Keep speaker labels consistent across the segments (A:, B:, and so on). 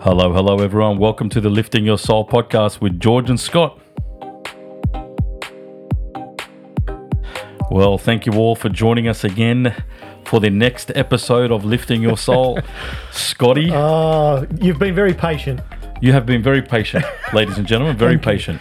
A: Hello, hello, everyone. Welcome to the Lifting Your Soul podcast with George and Scott. Well, thank you all for joining us again for the next episode of Lifting Your Soul. Scotty,
B: Uh, you've been very patient.
A: you have been very patient, ladies and gentlemen, very patient.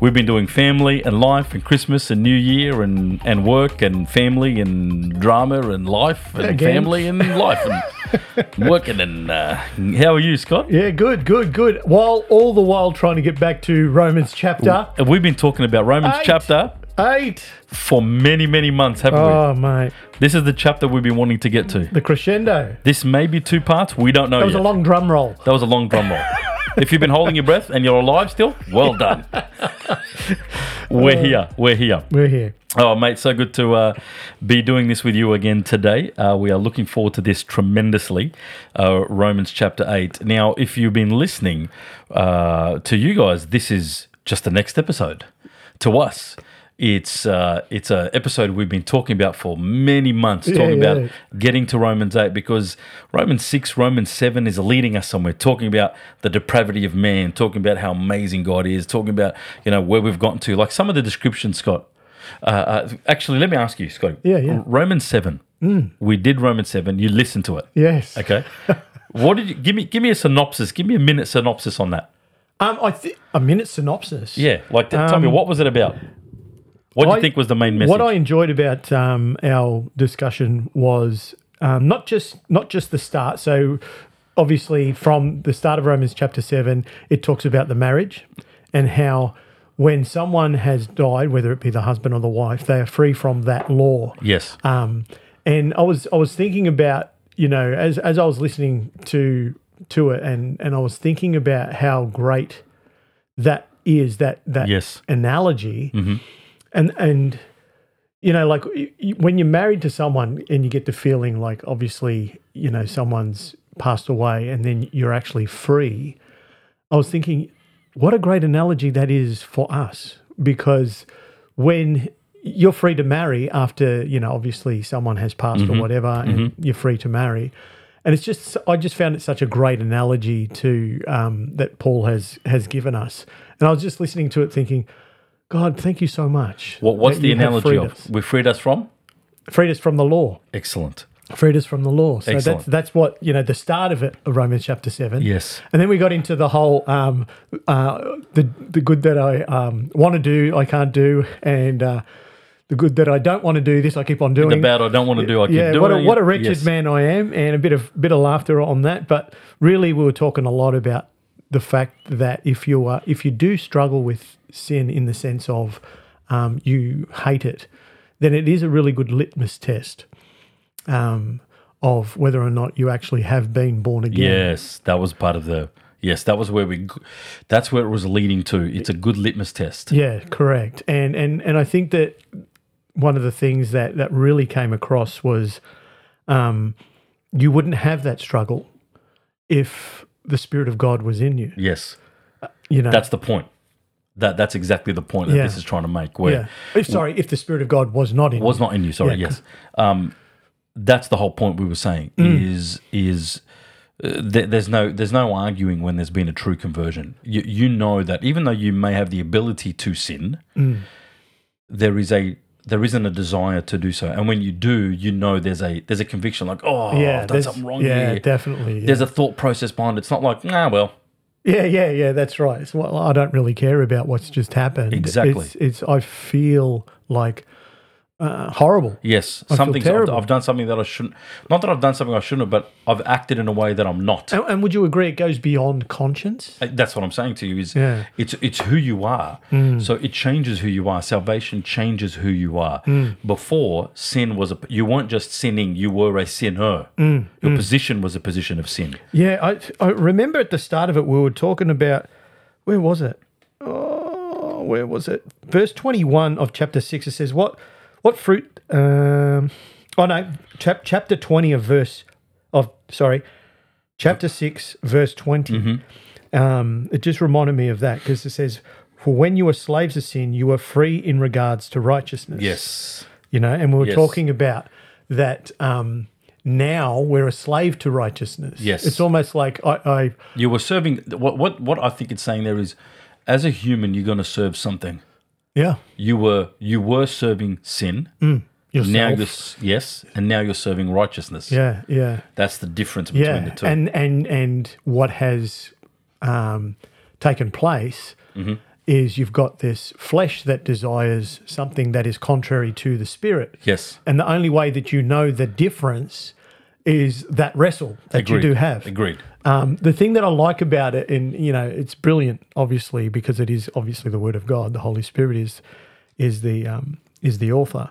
A: We've been doing family and life and Christmas and New Year and, and work and family and drama and life and
B: Again.
A: family and life and working and uh, how are you, Scott?
B: Yeah, good, good, good. While all the while trying to get back to Romans chapter
A: Have we been talking about Romans
B: Eight.
A: chapter
B: eight.
A: for many, many months, haven't
B: Oh, mate,
A: we? This is the chapter we've been wanting to get to.
B: the crescendo.
A: This may be two parts. We don't know
B: That was
A: yet.
B: a long drum roll.
A: that was a long drum roll. if you've been holding your breath and you're alive still, well done. We're
B: Uh.
A: here. We're here.
B: We're here.
A: Oh, mate, so good to uh, be doing this with you again today. Uh, we are looking forward to this tremendously. Uh, Romans chapter 8. Now, if you've been listening uh, to you guys, this is just the next episode to us. It's uh, it's a episode we've been talking about for many months, talking
B: yeah.
A: about getting to Romans 8 because Romans 6, Romans 7 is leading us somewhere, talking about the depravity of man, talking about how amazing God is, talking about, you know, where we've gotten to. Like some of the descriptions, Scott. Uh, uh, actually, let me ask you, Scott.
B: Yeah, yeah. Mm.
A: Romans 7. We did Romans 7. You listened to it.
B: Yes.
A: Okay. what did you give me? Give me a synopsis. Give me a minute synopsis on that.
B: Um, I thi- a minute synopsis.
A: Yeah. Like, t- tell me, what was it about? What do
B: Um, I-
A: you think was the main message?
B: What I enjoyed about um, our discussion was um, not just not just the start. So obviously, from the start of Romans chapter seven, it talks about the marriage and how when someone has died, whether it be the husband or the wife, they are free from that law.
A: yes.
B: Um, and I was I was thinking about you know as as I was listening to to it and and I was thinking about how great that is that that
A: Yes.
B: analogy and and you know like y- y- when you're married to someone and you get the feeling like obviously you know someone's passed away and then you're actually free I was thinking, what a great analogy that is for us because when you're free to marry after, you know, obviously someone has passed
A: Mm-hmm.
B: or whatever, and you're free to marry. And it's just, I just found it such a great analogy to um, that Paul has has given us. And I was just listening to it, thinking, God, thank you so much.
A: what, what's
B: that
A: the
B: you have
A: analogy
B: freed
A: of?
B: us.
A: We freed us from?
B: Freed us from the law.
A: Excellent.
B: Freed us from the law. So
A: Excellent.
B: that's that's what you know. The start of it, of Romans chapter seven.
A: Yes.
B: And then we got into the whole um, uh, the the good that I um, want to do, I can't do, and uh, the good that I don't want to do, this I keep on doing.
A: The bad I don't want to do, I keep
B: yeah,
A: doing.
B: what a,
A: it.
B: what a wretched
A: Yes.
B: man I am, and a bit of bit of laughter on that. But really, we were talking a lot about the fact that if you are if you do struggle with sin in the sense of um, you hate it, then it is a really good litmus test um, of whether or not you actually have been born again.
A: Yes, that was part of the. Yes, that was where we. g- That's where it was leading to. It's a good litmus test.
B: Yeah, correct. And and and I think that one of the things that that really came across was um, you wouldn't have that struggle if the spirit of God was in you.
A: Yes,
B: You know,
A: that's the point. That that's exactly the point that
B: Yeah.
A: this is trying to make. Where
B: yeah. If sorry, if the spirit of God was not in
A: was not in you. Sorry.
B: Yeah,
A: yes. Um, that's the whole point we were saying
B: Mm.
A: is is uh, there, there's no there's no arguing when there's been a true conversion. You you know that even though you may have the ability to sin,
B: Mm.
A: there is a there isn't a desire to do so. And when you do, you know there's a there's a conviction like oh
B: you.
A: I've done
B: there's-
A: something wrong
B: Yeah,
A: here.
B: definitely. Yeah.
A: There's a thought process behind it. It's not like nah well
B: yeah, yeah, yeah. That's right. It's, well, I don't really care about what's just happened.
A: Exactly.
B: It's, it's I feel like uh, horrible.
A: yes
B: feel
A: something's I've,
B: terrible.
A: I've done something that I shouldn't not that I've done something I shouldn't have but I've acted in a way that I'm not.
B: And, and would you agree it goes beyond conscience?
A: Uh, That's what I'm saying to you is
B: Yeah. Mm.
A: it's it's who you are. So it changes who you are. Salvation changes who you are.
B: Mm.
A: Before sin was a you weren't just sinning, you were a sinner.
B: Mm.
A: Your position was a position of sin.
B: Yeah, I, I remember at the start of it, we were talking about where was it? Oh, where was it? Verse 21 of chapter 6, it says, What what fruit? Um, oh, no, chap, chapter 20 of verse, of sorry, chapter 6, verse 20. Um, it just reminded me of that because it says, For when you were slaves of sin, you were free in regards to righteousness
A: Yes.
B: you know and we were
A: Yes.
B: talking about that um now we're a slave to righteousness.
A: Yes.
B: It's almost like I, I
A: You were serving what what what I think it's saying there is, as a human, you're going to serve something.
B: yeah,
A: You were you were serving sin.
B: Mm. yourself.
A: Now you're s- yes, and now you're serving righteousness.
B: yeah, yeah.
A: That's the difference between the
B: yeah,
A: two.
B: and and and what has um, taken place
A: Mm-hmm.
B: is you've got this flesh that desires something that is contrary to the spirit,
A: yes.
B: and the only way that you know the difference is that wrestle that
A: Agreed.
B: you do have.
A: Agreed.
B: Um, the thing that I like about it, and you know, it's brilliant, obviously, because it is obviously the Word of God. The Holy Spirit is is the um, is the author.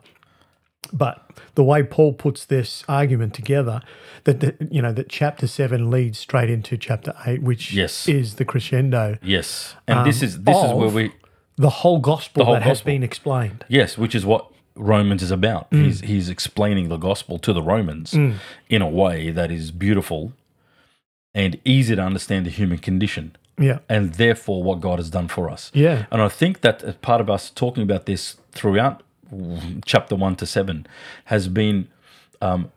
B: But the way Paul puts this argument together, that the, you know that chapter seven leads straight into chapter eight, which
A: Yes.
B: is the crescendo,
A: Yes. And this is this is
B: Um, of-
A: where we
B: the whole gospel
A: whole
B: that has
A: gospel.
B: been explained.
A: Yes, which is what Romans is about. He's he's explaining the gospel to the Romans in a way that is beautiful and easy to understand the human condition
B: Yeah,
A: and therefore what God has done for us.
B: Yeah.
A: And I think that as part of us talking about this throughout mm, chapter 1 to 7 has been um,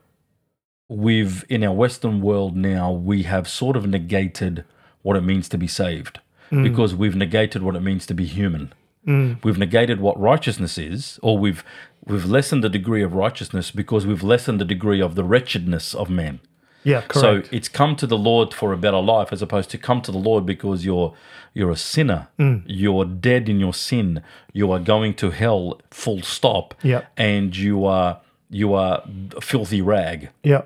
A: we've in our Western world now, we have sort of negated what it means to be saved because we've negated what it means to be human. We've negated what righteousness is, or we've we've lessened the degree of righteousness because we've lessened the degree of the wretchedness of man.
B: yeah,
A: So
B: correct.
A: it's come to the Lord for a better life, as opposed to come to the Lord because you're you're a sinner,
B: Mm.
A: you're dead in your sin, you are going to hell, full stop,
B: Yep.
A: and you are you are a filthy rag
B: yeah,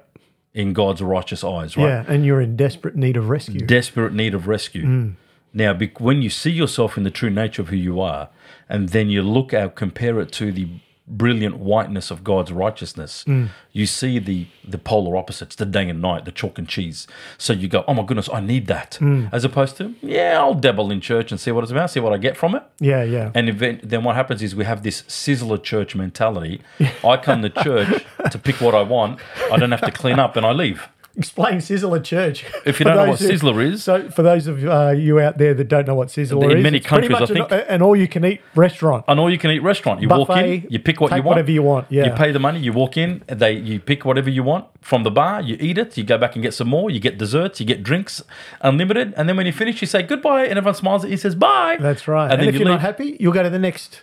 A: in God's righteous eyes, right?
B: yeah, and you're in desperate need of rescue.
A: Desperate need of rescue. Now, be- when you see yourself in the true nature of who you are, and then you look out, compare it to the brilliant whiteness of God's righteousness, you see the the polar opposites, the day and night, the chalk and cheese. So you go, oh my goodness, I need that, as opposed to yeah, I'll dabble in church and see what it's about, see what I get from it.
B: yeah, yeah,
A: And event, then what happens is we have this sizzler church mentality. I come to church to pick what I want. I don't have to clean up, and I leave.
B: explain sizzler church.
A: If you
B: For
A: don't know what
B: those who-
A: sizzler is,
B: So, for those of uh, you out there that don't know what sizzler
A: In
B: is,
A: many
B: it's pretty
A: countries, I
B: much an-
A: think- Uh,
B: an all-you-can-eat restaurant.
A: an all-you-can-eat restaurant. You walk in,
B: Buffet,
A: you pick what
B: take
A: you want,
B: whatever you want,
A: you
B: yeah.
A: pay the money, you walk in, they you pick whatever you want from the bar, you eat it, you go back and get some more, you get desserts, you get drinks, unlimited, and then when you finish, you say goodbye, and everyone smiles at you, says bye.
B: That's right.
A: and,
B: And,
A: then
B: if
A: you
B: you are
A: leave,
B: not happy, you'll go to the next.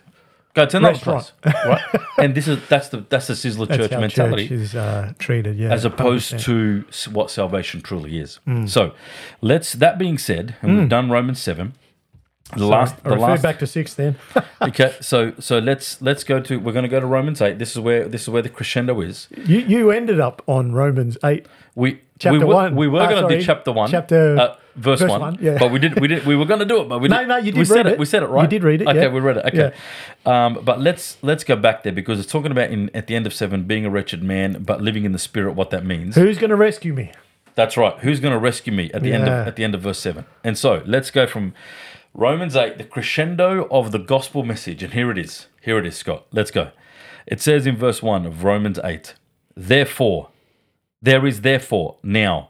A: go to another
B: Restaurant.
A: place, right? and this is that's the that's the sizzler
B: That's
A: church
B: how
A: mentality
B: church is uh, treated. Yeah,
A: as opposed to s- what salvation truly is.
B: Mm.
A: So, let's that being said, and we've done Romans seven. The last, the
B: I Mm. refer
A: last,
B: back to six then.
A: okay. So, so let's let's go to. We're going to go to Romans eight. This is where this is where the crescendo is.
B: you you ended up on Romans eight.
A: We
B: Chapter
A: we were,
B: one.
A: We were
B: Ah,
A: going to do
B: sorry.
A: chapter one,
B: Chapter-
A: uh, verse,
B: verse
A: one,
B: one, yeah.
A: but we did we did we were going to do it, but we
B: No,
A: did,
B: no, you
A: we
B: did
A: said
B: read
A: it.
B: it.
A: We said it
B: You
A: right.
B: did read it,
A: Okay,
B: yeah.
A: we read it. Okay, um, but let's let's go back there because it's talking about in at the end of seven being a wretched man, but living in the spirit. What that means.
B: Who's going to rescue me?
A: That's right. Who's going to rescue me at the end of
B: Yeah.
A: at the end of verse seven? And so let's go from Romans eight, the crescendo of the gospel message, and here it is. Here it is, Scott. Let's go. It says in verse one of Romans eight, therefore, there is therefore now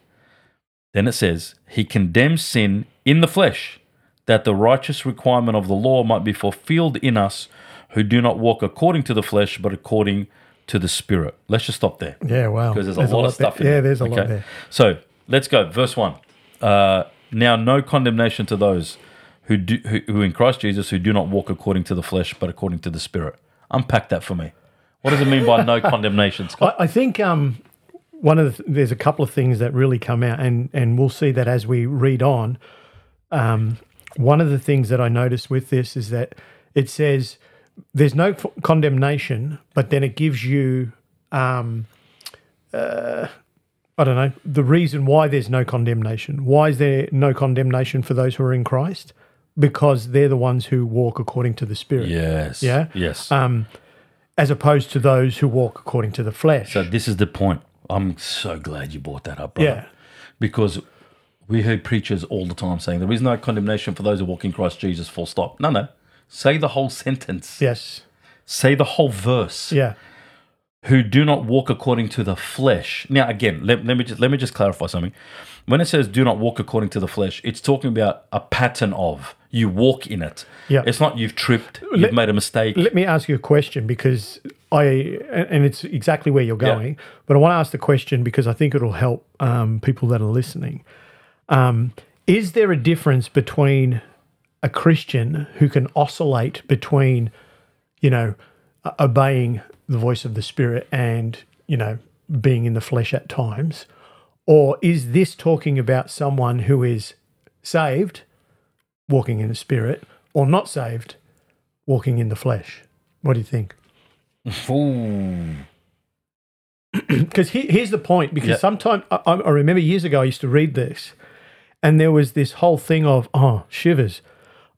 A: Then it says, He condemns sin in the flesh, that the righteous requirement of the law might be fulfilled in us who do not walk according to the flesh, but according to the Spirit. Let's just stop there
B: Yeah, wow.
A: because there's, a lot, of stuff
B: There.
A: in there.
B: yeah, there's a
A: Okay?
B: lot there.
A: So let's go. Verse one. Uh, now, no condemnation to those who do who, who in Christ Jesus who do not walk according to the flesh, but according to the Spirit. Unpack that for me. What does it mean by no condemnation, Scott?
B: I, I think um, one of the, there's a couple of things that really come out, and and we'll see that as we read on. Um, one of the things that I noticed with this is that it says there's no f- condemnation, but then it gives you. Um, uh, I don't know the reason why there's no condemnation. Why is there no condemnation for those who are in Christ? Because they're the ones who walk according to the Spirit,
A: Yes.
B: Yeah. Um,
A: Yes.
B: as opposed to those who walk according to the flesh.
A: so this is the point. I'm so glad you brought that up,
B: Yeah.
A: brother. Because we hear preachers all the time saying there is no condemnation for those who walk in Christ Jesus, full stop. No, no. Say the whole sentence.
B: Yes.
A: Say the whole verse.
B: Yeah.
A: Who do not walk according to the flesh. Now again, let, let me just let me just clarify something. When it says do not walk according to the flesh, it's talking about a pattern of you walk in it.
B: Yeah.
A: It's not you've tripped, you've made a mistake.
B: Let me ask you a question because I, and and it's exactly where you're going, but I want to ask the question because I think it'll help um, people that are listening. Um, is there a difference between a Christian who can oscillate between, you know, o- obeying the voice of the Spirit and, you know, being in the flesh at times? Or is this talking about someone who is saved, walking in the Spirit, or not saved, walking in the flesh. What do you think?
A: Ooh.
B: Because he, here's the point. Because
A: Yeah.
B: sometimes I, I I remember years ago I used to read this, and there was this whole thing of oh shivers,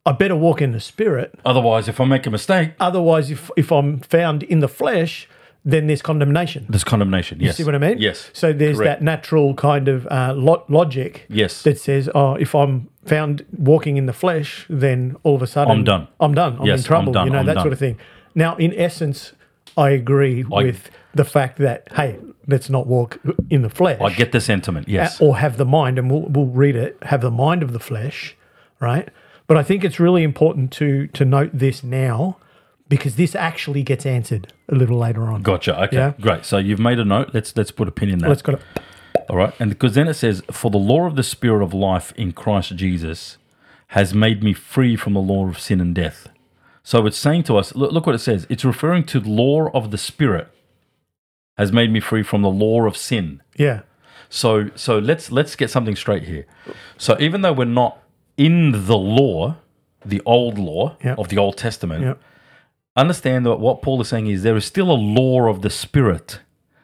B: I better walk in the spirit,
A: Otherwise, if I make a mistake,
B: otherwise if if I'm found in the flesh, then there's condemnation.
A: There's condemnation. Yes.
B: See what I mean?
A: Yes.
B: So there's
A: Correct.
B: that natural kind of uh, lo- logic.
A: Yes.
B: That says, oh, if I'm found walking in the flesh, then all of a sudden
A: I'm done.
B: I'm done. I'm
A: Yes,
B: in
A: I'm
B: trouble.
A: done,
B: You know
A: I'm
B: that
A: done.
B: sort of thing. Now, in essence, I agree with the fact that hey, let's not walk in the flesh
A: I get the sentiment. Yes.
B: or have the mind, and we'll, we'll read it, have the mind of the flesh, right? But I think it's really important to to note this now because this actually gets answered a little later on.
A: Gotcha. Okay.
B: Yeah.
A: Great. So you've made a note. Let's let's put a pin in that.
B: Let's go to
A: All right. And because then it says, "For the law of the Spirit of life in Christ Jesus has made me free from the law of sin and death." So it's saying to us, look, look what it says. It's referring to the law of the Spirit has made me free from the law of sin.
B: yeah.
A: So so let's let's get something straight here. So even though we're not in the law, the old law
B: Yep.
A: of the Old Testament,
B: Yep.
A: understand that what Paul is saying is there is still a law of the spirit.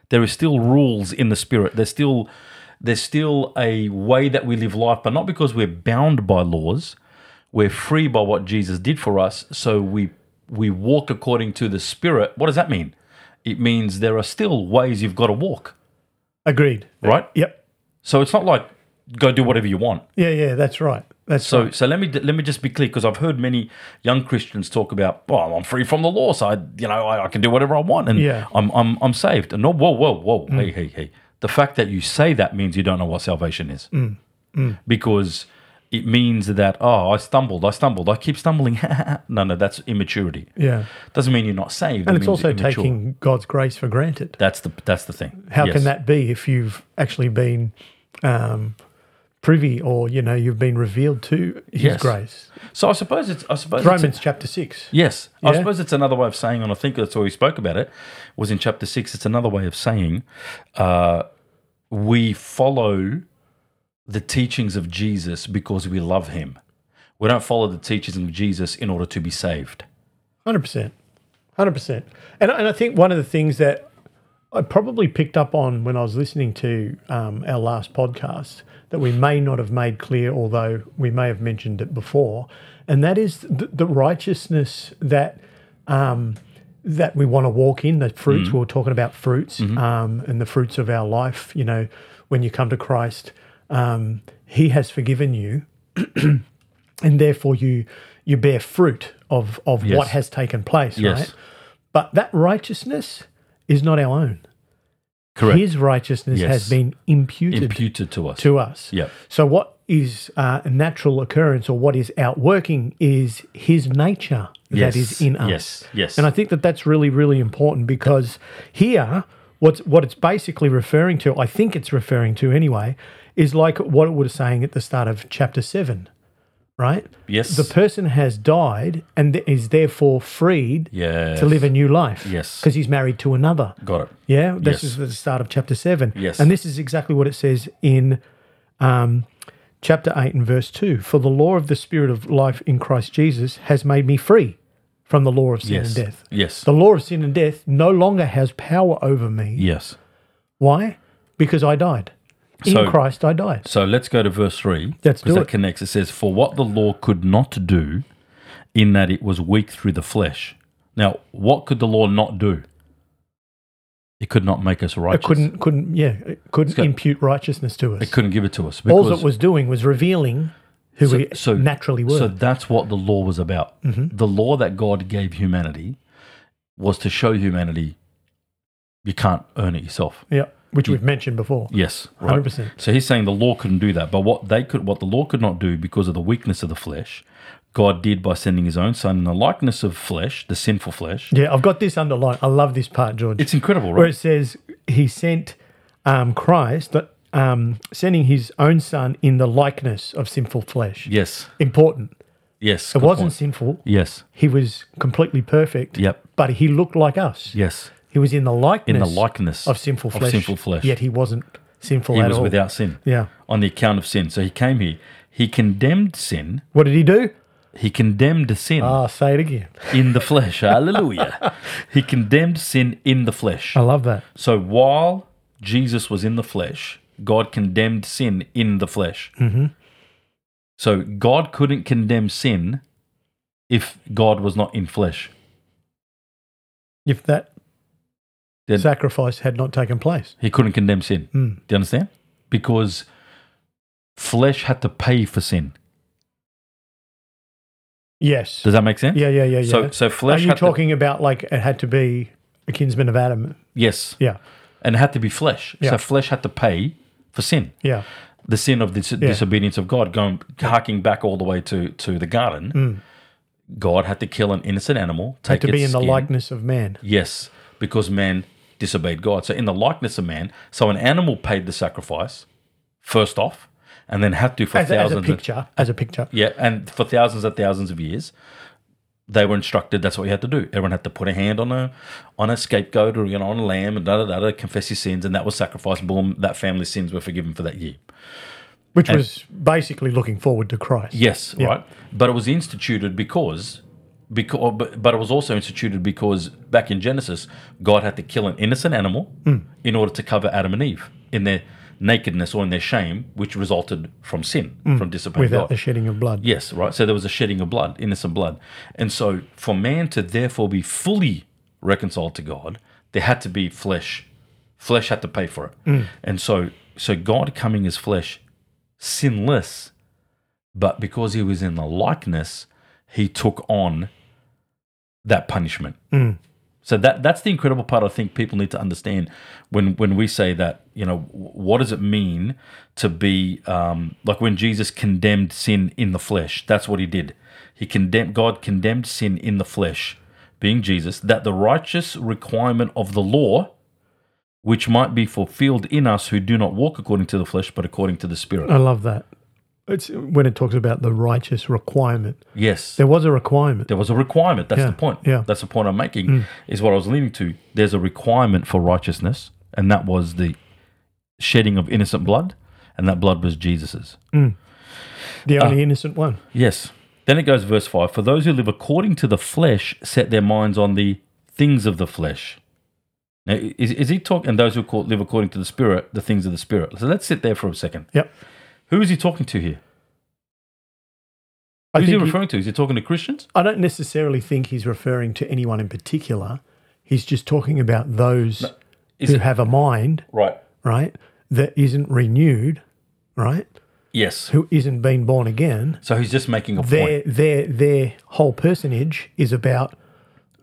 A: There is still rules in the spirit. There's still there's still a way that we live life, but not because we're bound by laws. We're free by what Jesus did for us, so we we walk according to the spirit. What does that mean? It means there are still ways you've got to walk,
B: Agreed.
A: right?
B: Yep.
A: So it's not like go do whatever you want.
B: Yeah, yeah, that's right. That's
A: So
B: right.
A: so let me let me just be clear because I've heard many young Christians talk about well I'm free from the law so I you know I, I can do whatever I want and
B: Yeah. Mm.
A: I'm I'm I'm saved and no whoa whoa whoa hey hey hey the fact that you say that means you don't know what salvation is
B: Mm.
A: because it means that oh I stumbled I stumbled I keep stumbling no no that's immaturity
B: yeah.
A: doesn't mean you're not saved
B: And
A: It
B: it's
A: means
B: also
A: you're immature.
B: taking God's grace for granted.
A: that's the that's the thing
B: How
A: Yes.
B: can that be if you've actually been um, privy or, you know, you've been revealed to his
A: Yes.
B: grace?
A: so I suppose it's I suppose it's a-
B: Romans chapter 6.
A: Yes. I
B: Yeah.
A: suppose it's another way of saying, and I think that's why we spoke about it, was in chapter six. It's another way of saying uh, we follow the teachings of Jesus because we love him. We don't follow the teachings of Jesus in order to be saved.
B: Hundred percent, hundred percent. And and I think one of the things that I probably picked up on when I was listening to um, our last podcast that we may not have made clear, although we may have mentioned it before, and that is the, the righteousness that. Um, that we want to walk in the
A: Mm.
B: fruits. We were talking about fruits
A: Mm-hmm.
B: um, and the fruits of our life. You know, when you come to Christ, um, He has forgiven you, and therefore you you bear fruit of of what
A: Yes.
B: has taken place,
A: Yes.
B: right? But that righteousness is not our own.
A: Correct.
B: His righteousness
A: Yes.
B: has been imputed
A: Imputed to us.
B: to us.
A: Yep.
B: So what is uh, a natural occurrence or what is outworking is his nature
A: Yes.
B: that is in us.
A: Yes. Yes.
B: And I think that that's really, really important because here, what's what it's basically referring to, I think it's referring to anyway, is like what it was saying at the start of chapter seven, right?
A: yes.
B: The person has died and is therefore freed
A: yes.
B: to live a new life.
A: Yes.
B: Because he's married to another.
A: Got it.
B: Yeah, this
A: Yes.
B: is the start of chapter seven.
A: Yes.
B: and this is exactly what it says in um, chapter eight and verse two. For the law of the Spirit of life in Christ Jesus has made me free from the law of sin
A: Yes.
B: and death.
A: Yes.
B: The law of sin and death no longer has power over me.
A: Yes.
B: Why? Because I died. In
A: So-
B: Christ, I died.
A: So let's go to verse 3.
B: Let's
A: because
B: do
A: that
B: it.
A: connects. It says, For what the law could not do, in that it was weak through the flesh. Now, what could the law not do? It could not make us righteous.
B: It couldn't, couldn't, yeah, it couldn't
A: got-
B: impute righteousness to us.
A: It couldn't give it to us.
B: All
A: because-
B: it was doing was revealing who we
A: so-
B: naturally were.
A: So that's what the law was about.
B: Mm-hmm.
A: The law that God gave humanity was to show humanity you can't earn it yourself.
B: yeah, which we've mentioned before.
A: Yes, right.
B: 100%.
A: So he's saying the law couldn't do that, but what they could, what the law could not do because of the weakness of the flesh, God did by sending His own Son in the likeness of flesh, the sinful flesh.
B: Yeah, I've got this underlined. I love this part, George,
A: It's incredible,
B: where
A: right?
B: it says he sent um, Christ, that, um, sending his own son in the likeness of sinful flesh.
A: Yes,
B: Important.
A: yes.
B: It wasn't sinful.
A: Yes,
B: He was completely perfect.
A: Yep.
B: But he looked like us.
A: yes.
B: He was in the likeness.
A: In the likeness
B: of sinful flesh.
A: sinful flesh.
B: Yet he wasn't sinful
A: He
B: at
A: was
B: all.
A: without sin.
B: yeah.
A: On the account of sin, so he came here. He condemned sin.
B: What did he do?
A: He condemned sin.
B: Ah, say it again.
A: in the flesh. Hallelujah. he condemned sin in the flesh.
B: I love that.
A: So while Jesus was in the flesh, God condemned sin in the flesh.
B: Mm-hmm.
A: So God couldn't condemn sin if God was not in flesh.
B: If that
A: Then-
B: sacrifice had not taken place.
A: He couldn't condemn sin.
B: Hmm.
A: Do you understand? Because flesh had to pay for sin.
B: Yes.
A: Does that make sense?
B: yeah, yeah, yeah, yeah.
A: So- so flesh
B: Are you
A: had to-
B: talking about like it had to be a kinsman of Adam?
A: Yes.
B: Yeah,
A: And it had to be flesh.
B: Yeah.
A: So flesh had to pay for sin.
B: yeah,
A: the sin of dis- disobedience of God, going harking back all the way to to the garden. God had to kill an innocent animal,
B: Hmm. had
A: take
B: to
A: its
B: be in the
A: skin.
B: likeness of man.
A: Yes, because man disobeyed God. So in the likeness of man, so an animal paid the sacrifice first off, and then had to for
B: As, a- as
A: thousands.
B: a picture, as a picture.
A: Of, yeah, and for thousands and thousands of years. They were instructed. That's what you had to do. Everyone had to put a hand on a, on a scapegoat or you know on a lamb and da da da da. Confess your sins, and that was sacrifice. Boom, that family's sins were forgiven for that year.
B: Which was basically looking forward to Christ.
A: Yes, right. But it was instituted because, because, but, but it was also instituted because back in Genesis, God had to kill an innocent animal
B: Hmm.
A: in order to cover Adam and Eve in their nakedness or in their shame, which resulted from sin, from disobeying
B: Hmm. Without
A: God.
B: the shedding of blood.
A: Yes, right. So there was a shedding of blood, innocent blood. And so for man to therefore be fully reconciled to God, there had to be flesh. Flesh had to pay for it. And so so God coming as flesh, sinless, but because he was in the likeness, he took on that punishment. So that that's the incredible part I think people need to understand when when we say that you know wh- what does it mean to be um, like when Jesus condemned sin in the flesh that's what he did he condemned God condemned sin in the flesh being Jesus that the righteous requirement of the law which might be fulfilled in us who do not walk according to the flesh but according to the spirit
B: I love that. It's when it talks about the righteous requirement.
A: yes
B: There was a requirement.
A: there was a requirement. That's the point.
B: yeah. Mm.
A: That's the point I'm making. Is what I was leaning to. There's a requirement for righteousness, and that was the shedding of innocent blood, and that blood was Jesus's. Uh.
B: The only innocent one.
A: Yes. Then it goes verse five. For those who live according to the flesh, set their minds on the things of the flesh. Now, i- is, is he talking? And those who call, live according to the spirit, the things of the spirit. So let's sit there for a second.
B: Yep.
A: Who is he talking to here?
B: I,
A: Who's he
B: think he-
A: referring to? Is he talking to Christians?
B: I don't necessarily think he's referring to anyone in particular. He's just talking about those
A: Is
B: who
A: it
B: have a mind,
A: right?
B: right, that isn't renewed, right,
A: Yes.
B: who isn't being born again.
A: So he's just making a point.
B: Their their their whole personage is about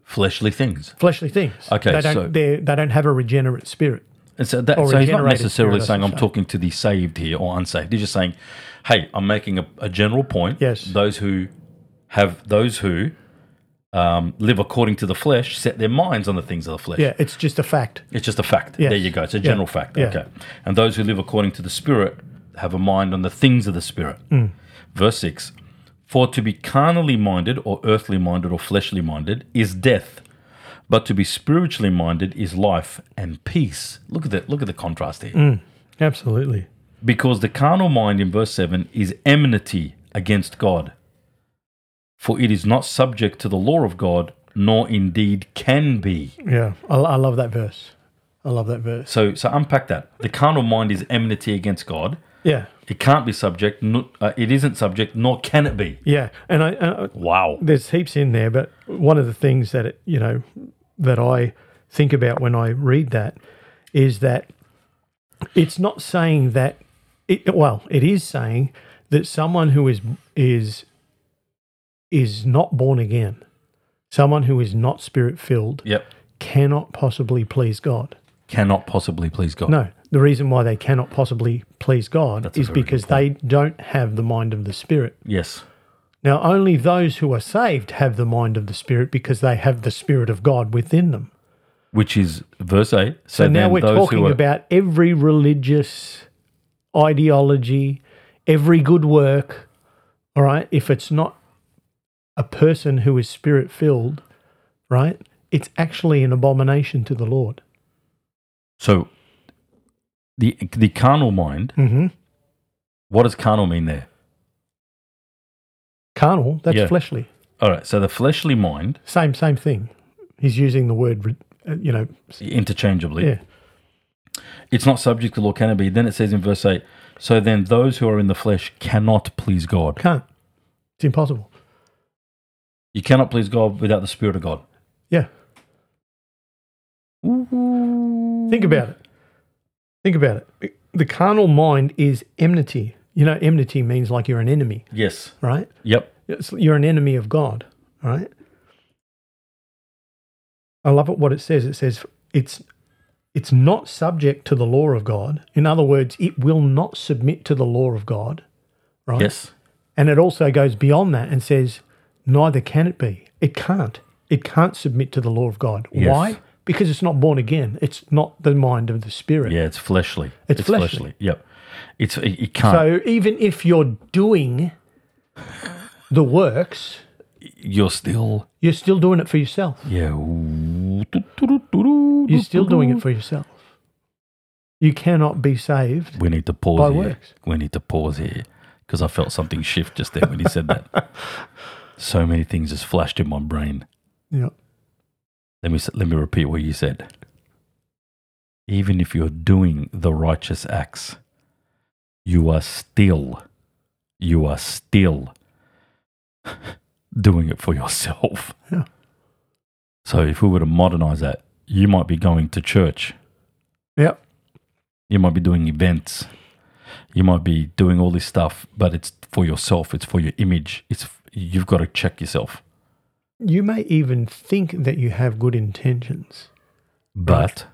A: Fleshly things.
B: fleshly things.
A: Okay,
B: they don't
A: so-
B: they they don't have a regenerate spirit.
A: And so, that,
B: Or
A: so he's not
B: regenerated
A: necessarily
B: spirit, I
A: saying I'm
B: should say.
A: talking to the saved here or unsaved. He's just saying, hey, I'm making a, a general point.
B: Yes.
A: Those who have those who um, live according to the flesh set their minds on the things of the flesh.
B: Yeah, it's just a fact.
A: It's just a fact.
B: Yes.
A: There you go. It's a
B: Yeah.
A: general fact.
B: Yeah.
A: Okay. And those who live according to the Spirit have a mind on the things of the Spirit.
B: Mm.
A: Verse 6 For to be carnally minded or earthly minded or fleshly minded is death, but to be spiritually minded is life and peace. Look at that. Look at the contrast here.
B: Mm. Absolutely.
A: Because the carnal mind in verse 7 is enmity against God. For it is not subject to the law of God, nor indeed can be.
B: Yeah, I, I love that verse. I love that verse.
A: So, so unpack that. The carnal mind is enmity against God.
B: Yeah,
A: It can't be subject. No, uh, it isn't subject, nor can it be.
B: yeah, and I, uh, I
A: Wow.
B: there's heaps in there, but one of the things that it, you know that I think about when I read that is that it's not saying that it, well it is saying that someone who is is is not born again someone who is not spirit filled
A: Yep.
B: cannot possibly please god
A: Cannot possibly please God.
B: no the reason why they cannot possibly please god
A: a very
B: is
A: good
B: because they don't have the mind of the spirit
A: Yes.
B: now only those who are saved have the mind of the spirit because they have the spirit of god within them
A: Which is verse 8. So,
B: So now
A: then
B: we're
A: those
B: talking
A: who are,
B: about every religious ideology, every good work. All right. If it's not a person who is spirit filled, right, it's actually an abomination to the Lord.
A: So the the carnal mind,
B: Mm-hmm.
A: what does carnal mean there?
B: Carnal, that's
A: Yeah.
B: fleshly.
A: All right. So the fleshly mind,
B: Same, same thing. He's using the word, re- uh, you know, s-
A: interchangeably,
B: yeah.
A: it's not subject to law, can it be? Then it says in verse 8, so then those who are in the flesh cannot please God.
B: Can't. It's impossible.
A: You cannot please God without the Spirit of God.
B: Yeah. Think
A: Hmm.
B: about it. Think about it. The carnal mind is enmity. You know, enmity means like you're an enemy,
A: Yes.
B: right?
A: Yep.
B: It's- You're an enemy of God, right? I love it what it says. It says it's it's not subject to the law of God. In other words, it will not submit to the law of God, right?
A: Yes.
B: And it also goes beyond that and says, neither can it be. It can't. It can't submit to the law of God.
A: Yes.
B: Why? Because it's not born again. It's not the mind of the Spirit.
A: Yeah, it's fleshly.
B: It's fleshly.
A: Yep. It's it, it can't.
B: So even if you're doing the works,
A: You're still
B: you're still doing it for yourself.
A: yeah. ooh, doo, doo, doo, doo, doo,
B: You're still
A: doo, doo.
B: doing it for yourself. You cannot be saved.
A: We need to pause
B: By
A: here.
B: works.
A: We need to pause here because I felt something shift just there when he said that. So many things just flashed in my brain.
B: You know,
A: Let me s- let me repeat what you said. Even if you're doing the righteous acts, you are still, you are still doing it for yourself.
B: Yeah.
A: So if we were to modernize that, you might be going to church
B: yep.
A: you might be doing events. You might be doing all this stuff, but it's for yourself. It's for your image. It's you've got to check yourself.
B: You may even think that you have good intentions.
A: But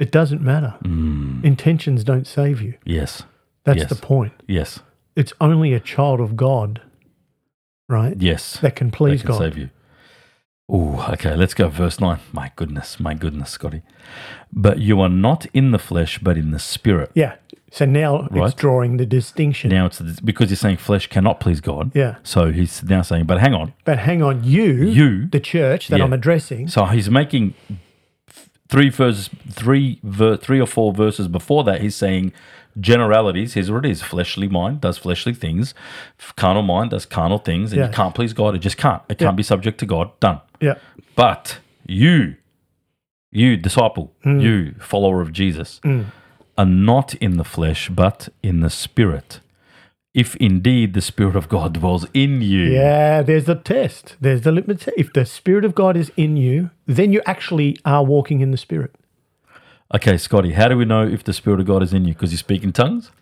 B: It doesn't matter.
A: Mm,
B: Intentions don't save you.
A: yes,
B: That's
A: Yes.
B: the point.
A: yes,
B: It's only a child of God, right?
A: yes,
B: That can please
A: that can
B: God.
A: save you. Oh, okay. Let's go verse nine. My goodness, my goodness, Scotty. But you are not in the flesh, but in the spirit.
B: Yeah. So now
A: Right.
B: it's drawing the distinction.
A: Now it's because you're saying flesh cannot please God.
B: Yeah.
A: So he's now saying, but hang on,
B: But hang on, you,
A: you
B: the church that
A: Yeah.
B: I'm addressing,
A: So he's making th- three verses, three ver, three or four verses before that. He's saying generalities. Here's what it is: fleshly mind does fleshly things, f- carnal mind does carnal things, and
B: Yeah.
A: you can't please God. It just can't. It can't be subject to God. Done.
B: yeah,
A: But you, you disciple,
B: Hmm.
A: you follower of Jesus, are not in the flesh, but in the spirit. If indeed the spirit of God dwells in you,
B: yeah, there's the test. There's the litmus. te- If the Spirit of God is in you, then you actually are walking in the Spirit.
A: Okay, Scotty, how do we know if the Spirit of God is in you? Because you speak in tongues?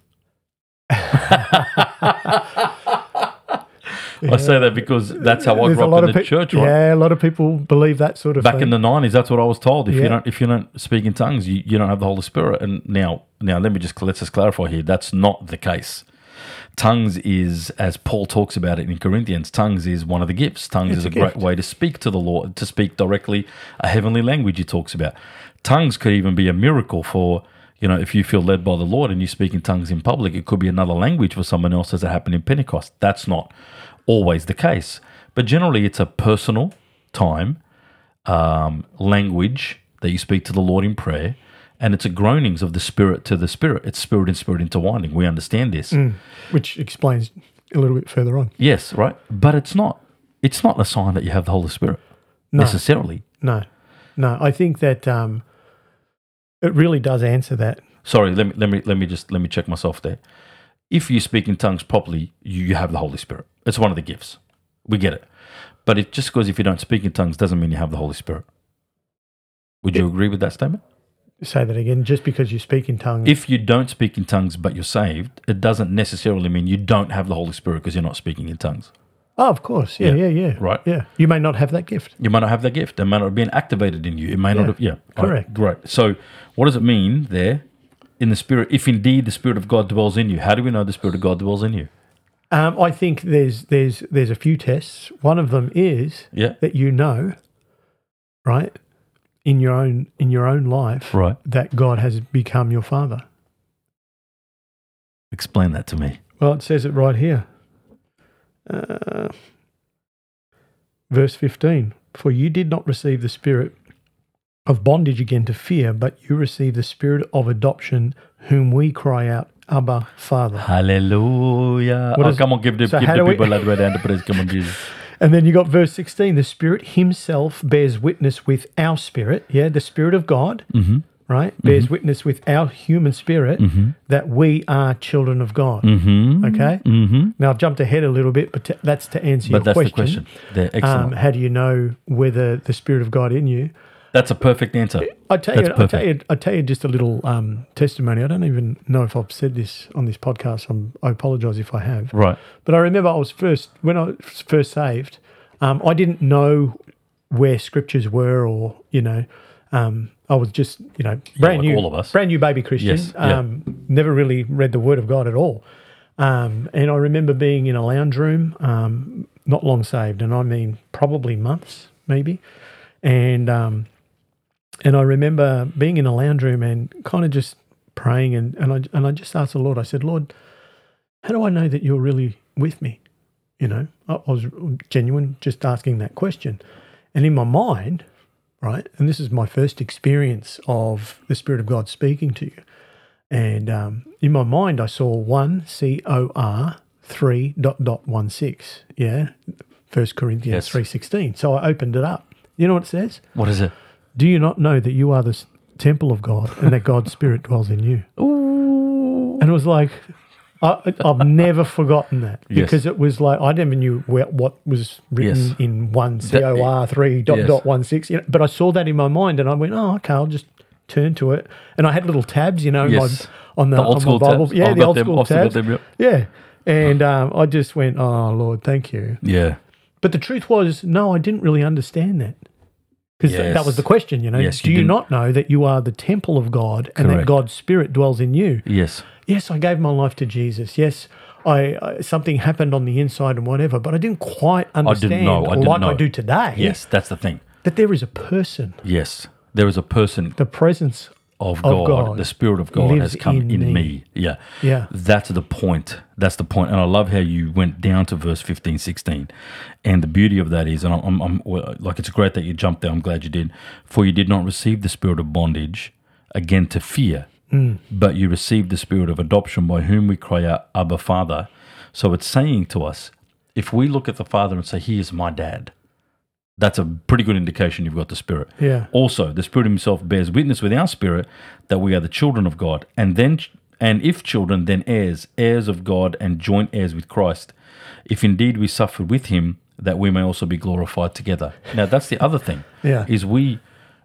A: I say that because that's how I
B: there's
A: grew up in the
B: of peo-
A: church, right?
B: Yeah, a lot of people believe that sort of
A: Back
B: thing.
A: in the nineties, that's what I was told. If you
B: Yeah.
A: don't if you don't speak in tongues, you, you don't have the Holy Spirit. And now now let me just let's just clarify here. That's not the case. Tongues is, as Paul talks about it in Corinthians, tongues is one of the gifts. Tongues is a,
B: a
A: great
B: gift.
A: way to speak to the Lord, to speak directly a heavenly language. He talks about tongues could even be a miracle for you know if you feel led by the Lord and you speak in tongues in public. It could be another language for someone else, as it happened in Pentecost. That's not always the case, but generally it's a personal time um, language that you speak to the Lord in prayer, and it's a groanings of the spirit to the spirit. It's spirit and spirit intertwining. We understand this.
B: Mm. which explains a little bit further on.
A: Yes, right. But it's not. It's not a sign that you have the Holy Spirit necessarily.
B: No, no, I think that um, it really does answer that.
A: Sorry, let me let me let me just let me check myself there. If you speak in tongues properly, you, you have the Holy Spirit. It's one of the gifts. We get it. But it just because if you don't speak in tongues doesn't mean you have the Holy Spirit. Would you agree with that statement?
B: Say that again. Just because you speak in tongues,
A: If you don't speak in tongues but you're saved, it doesn't necessarily mean you don't have the Holy Spirit because you're not speaking in tongues.
B: oh, of course, yeah,
A: Yeah.
B: yeah, yeah,
A: Right.
B: yeah. You may not have that gift.
A: You may not have that gift. It may not have been activated in you. It may not have. Yeah.
B: Correct.
A: Right. So, what does it mean there in the Spirit? If indeed the Spirit of God dwells in you, how do we know the Spirit of God dwells in you?
B: Um, I think there's there's there's a few tests. One of them is
A: Yeah.
B: that you know, right, in your own in your own life,
A: Right.
B: that God has become your Father.
A: Explain that to me.
B: Well, it says it right here. Uh, verse 15 For you did not receive the spirit of bondage again to fear, but you received the spirit of adoption, whom we cry out, Abba, Father.
A: Hallelujah.
B: What
A: oh,
B: is-
A: come on, give the,
B: so
A: give
B: how
A: the
B: do we-
A: people that way down to praise. Come on, Jesus.
B: And then you got verse 16 The Spirit Himself bears witness with our spirit. Yeah, the Spirit of God,
A: Mm-hmm.
B: right, bears witness with our human spirit that we are children of God.
A: Mm-hmm.
B: Okay?
A: Mm-hmm.
B: Now, I've jumped ahead a little bit, but t- that's to answer your
A: But that's
B: question.
A: the question. There.
B: um,
A: Excellent.
B: how do you know whether the spirit of God in you?
A: That's a perfect answer.
B: I tell
A: That's
B: you, I tell you, I tell you just a little um, testimony. I don't even know if I've said this on this podcast. I'm, I apologize if I have,
A: Right.
B: but I remember I was first when I was first saved. Um, I didn't know where scriptures were, or you know, um, I was just you know brand
A: like
B: new,
A: all of us.
B: brand new baby Christian.
A: Yes, yeah.
B: um, Never really read the Word of God at all. Um, and I remember being in a lounge room, um, not long saved, and I mean probably months, maybe. And um, and I remember being in a lounge room and kind of just praying, and and I and I just asked the Lord. I said, Lord, how do I know that you're really with me? You know, I, I was genuine, just asking that question. And in my mind, right, and this is my first experience of the Spirit of God speaking to you. And um, in my mind, I saw 1 C O R 3 dot dot 1 6. Yeah. 1 Corinthians
A: Yes.
B: 3.16. So I opened it up. You know what it says?
A: What is it?
B: Do you not know that you are the s- temple of God and that God's Spirit dwells in you?
A: Ooh.
B: And it was like, I, I've never forgotten that
A: Yes.
B: because it was like, I never knew where, what was written
A: Yes.
B: in 1 COR 3 dot
A: Yes.
B: dot 1 6. You know, but I saw that in my mind and I went, oh, okay, I'll just turn to it. And I had little tabs, you know, in my-
A: Yes.
B: on the,
A: The old
B: on
A: school
B: my Bible.
A: tabs.
B: Yeah,
A: I've
B: the
A: got
B: old
A: them.
B: school
A: I've still got
B: tabs.
A: them, yep. Uh-huh.
B: Yeah. And um, I just went, oh, Lord, thank you.
A: Yeah.
B: But the truth was, no, I didn't really understand that. Because that
A: Yes.
B: was the question, you know.
A: Yes,
B: Do
A: you
B: you,
A: didn't-
B: not know that you are the temple of God and
A: Correct.
B: that God's Spirit dwells in you?
A: Yes.
B: Yes, I gave my life to Jesus. Yes, I, I something happened on the inside and whatever, but I didn't quite understand
A: know. I didn't
B: like
A: know.
B: I do today
A: Yes. That's the thing.
B: that there is a person,
A: Yes. There is a person
B: the presence.
A: of God,
B: God
A: the Spirit of God
B: lives
A: has come in,
B: in
A: me.
B: me.
A: Yeah.
B: Yeah.
A: That's the point. That's the point. And I love how you went down to verse 15, 16. And the beauty of that is, and I'm, I'm well, like, it's great that you jumped there. I'm glad you did. For you did not receive the spirit of bondage again to fear, but you received the spirit of adoption by whom we cry out, Abba, Father. So it's saying to us, if we look at the Father and say, He is my dad, that's a pretty good indication you've got the Spirit.
B: Yeah.
A: Also, the Spirit Himself bears witness with our spirit that we are the children of God, and then, and if children, then heirs, heirs of God, and joint heirs with Christ, if indeed we suffered with Him, that we may also be glorified together. Now, that's the other thing.
B: Yeah.
A: Is we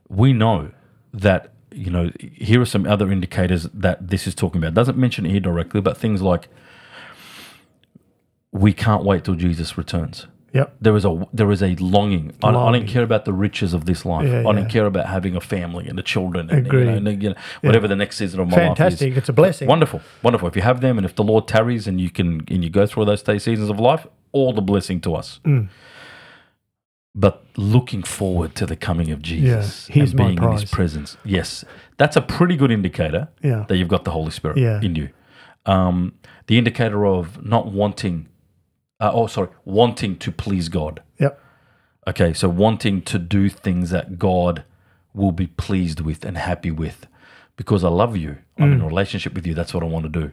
A: we know that you know here are some other indicators that this is talking about. It doesn't mention it here directly, but things like we can't wait till Jesus returns
B: Yep.
A: there is a there is a longing. I, I
B: Longing.
A: don't care about the riches of this life.
B: Yeah,
A: I don't
B: yeah.
A: care about having a family and the children and, you know,
B: Agreed.
A: and, you know, whatever the next season of my life
B: Fantastic.
A: is.
B: It's a blessing.
A: Wonderful, wonderful. If you have them, and if the Lord tarries, and you can and you go through those three seasons of life, all the blessing to us.
B: Mm.
A: But looking forward to the coming of Jesus
B: Yeah, he's
A: and
B: my
A: being in His
B: prize.
A: presence. Yes, that's a pretty good indicator
B: Yeah.
A: that you've got the Holy Spirit
B: Yeah.
A: in you. Um, the indicator of not wanting, uh, oh sorry, wanting to please God.
B: Yep.
A: Okay, so wanting to do things that God will be pleased with and happy with. Because I love you, I'm
B: Mm.
A: in a relationship with you, that's what I want to do.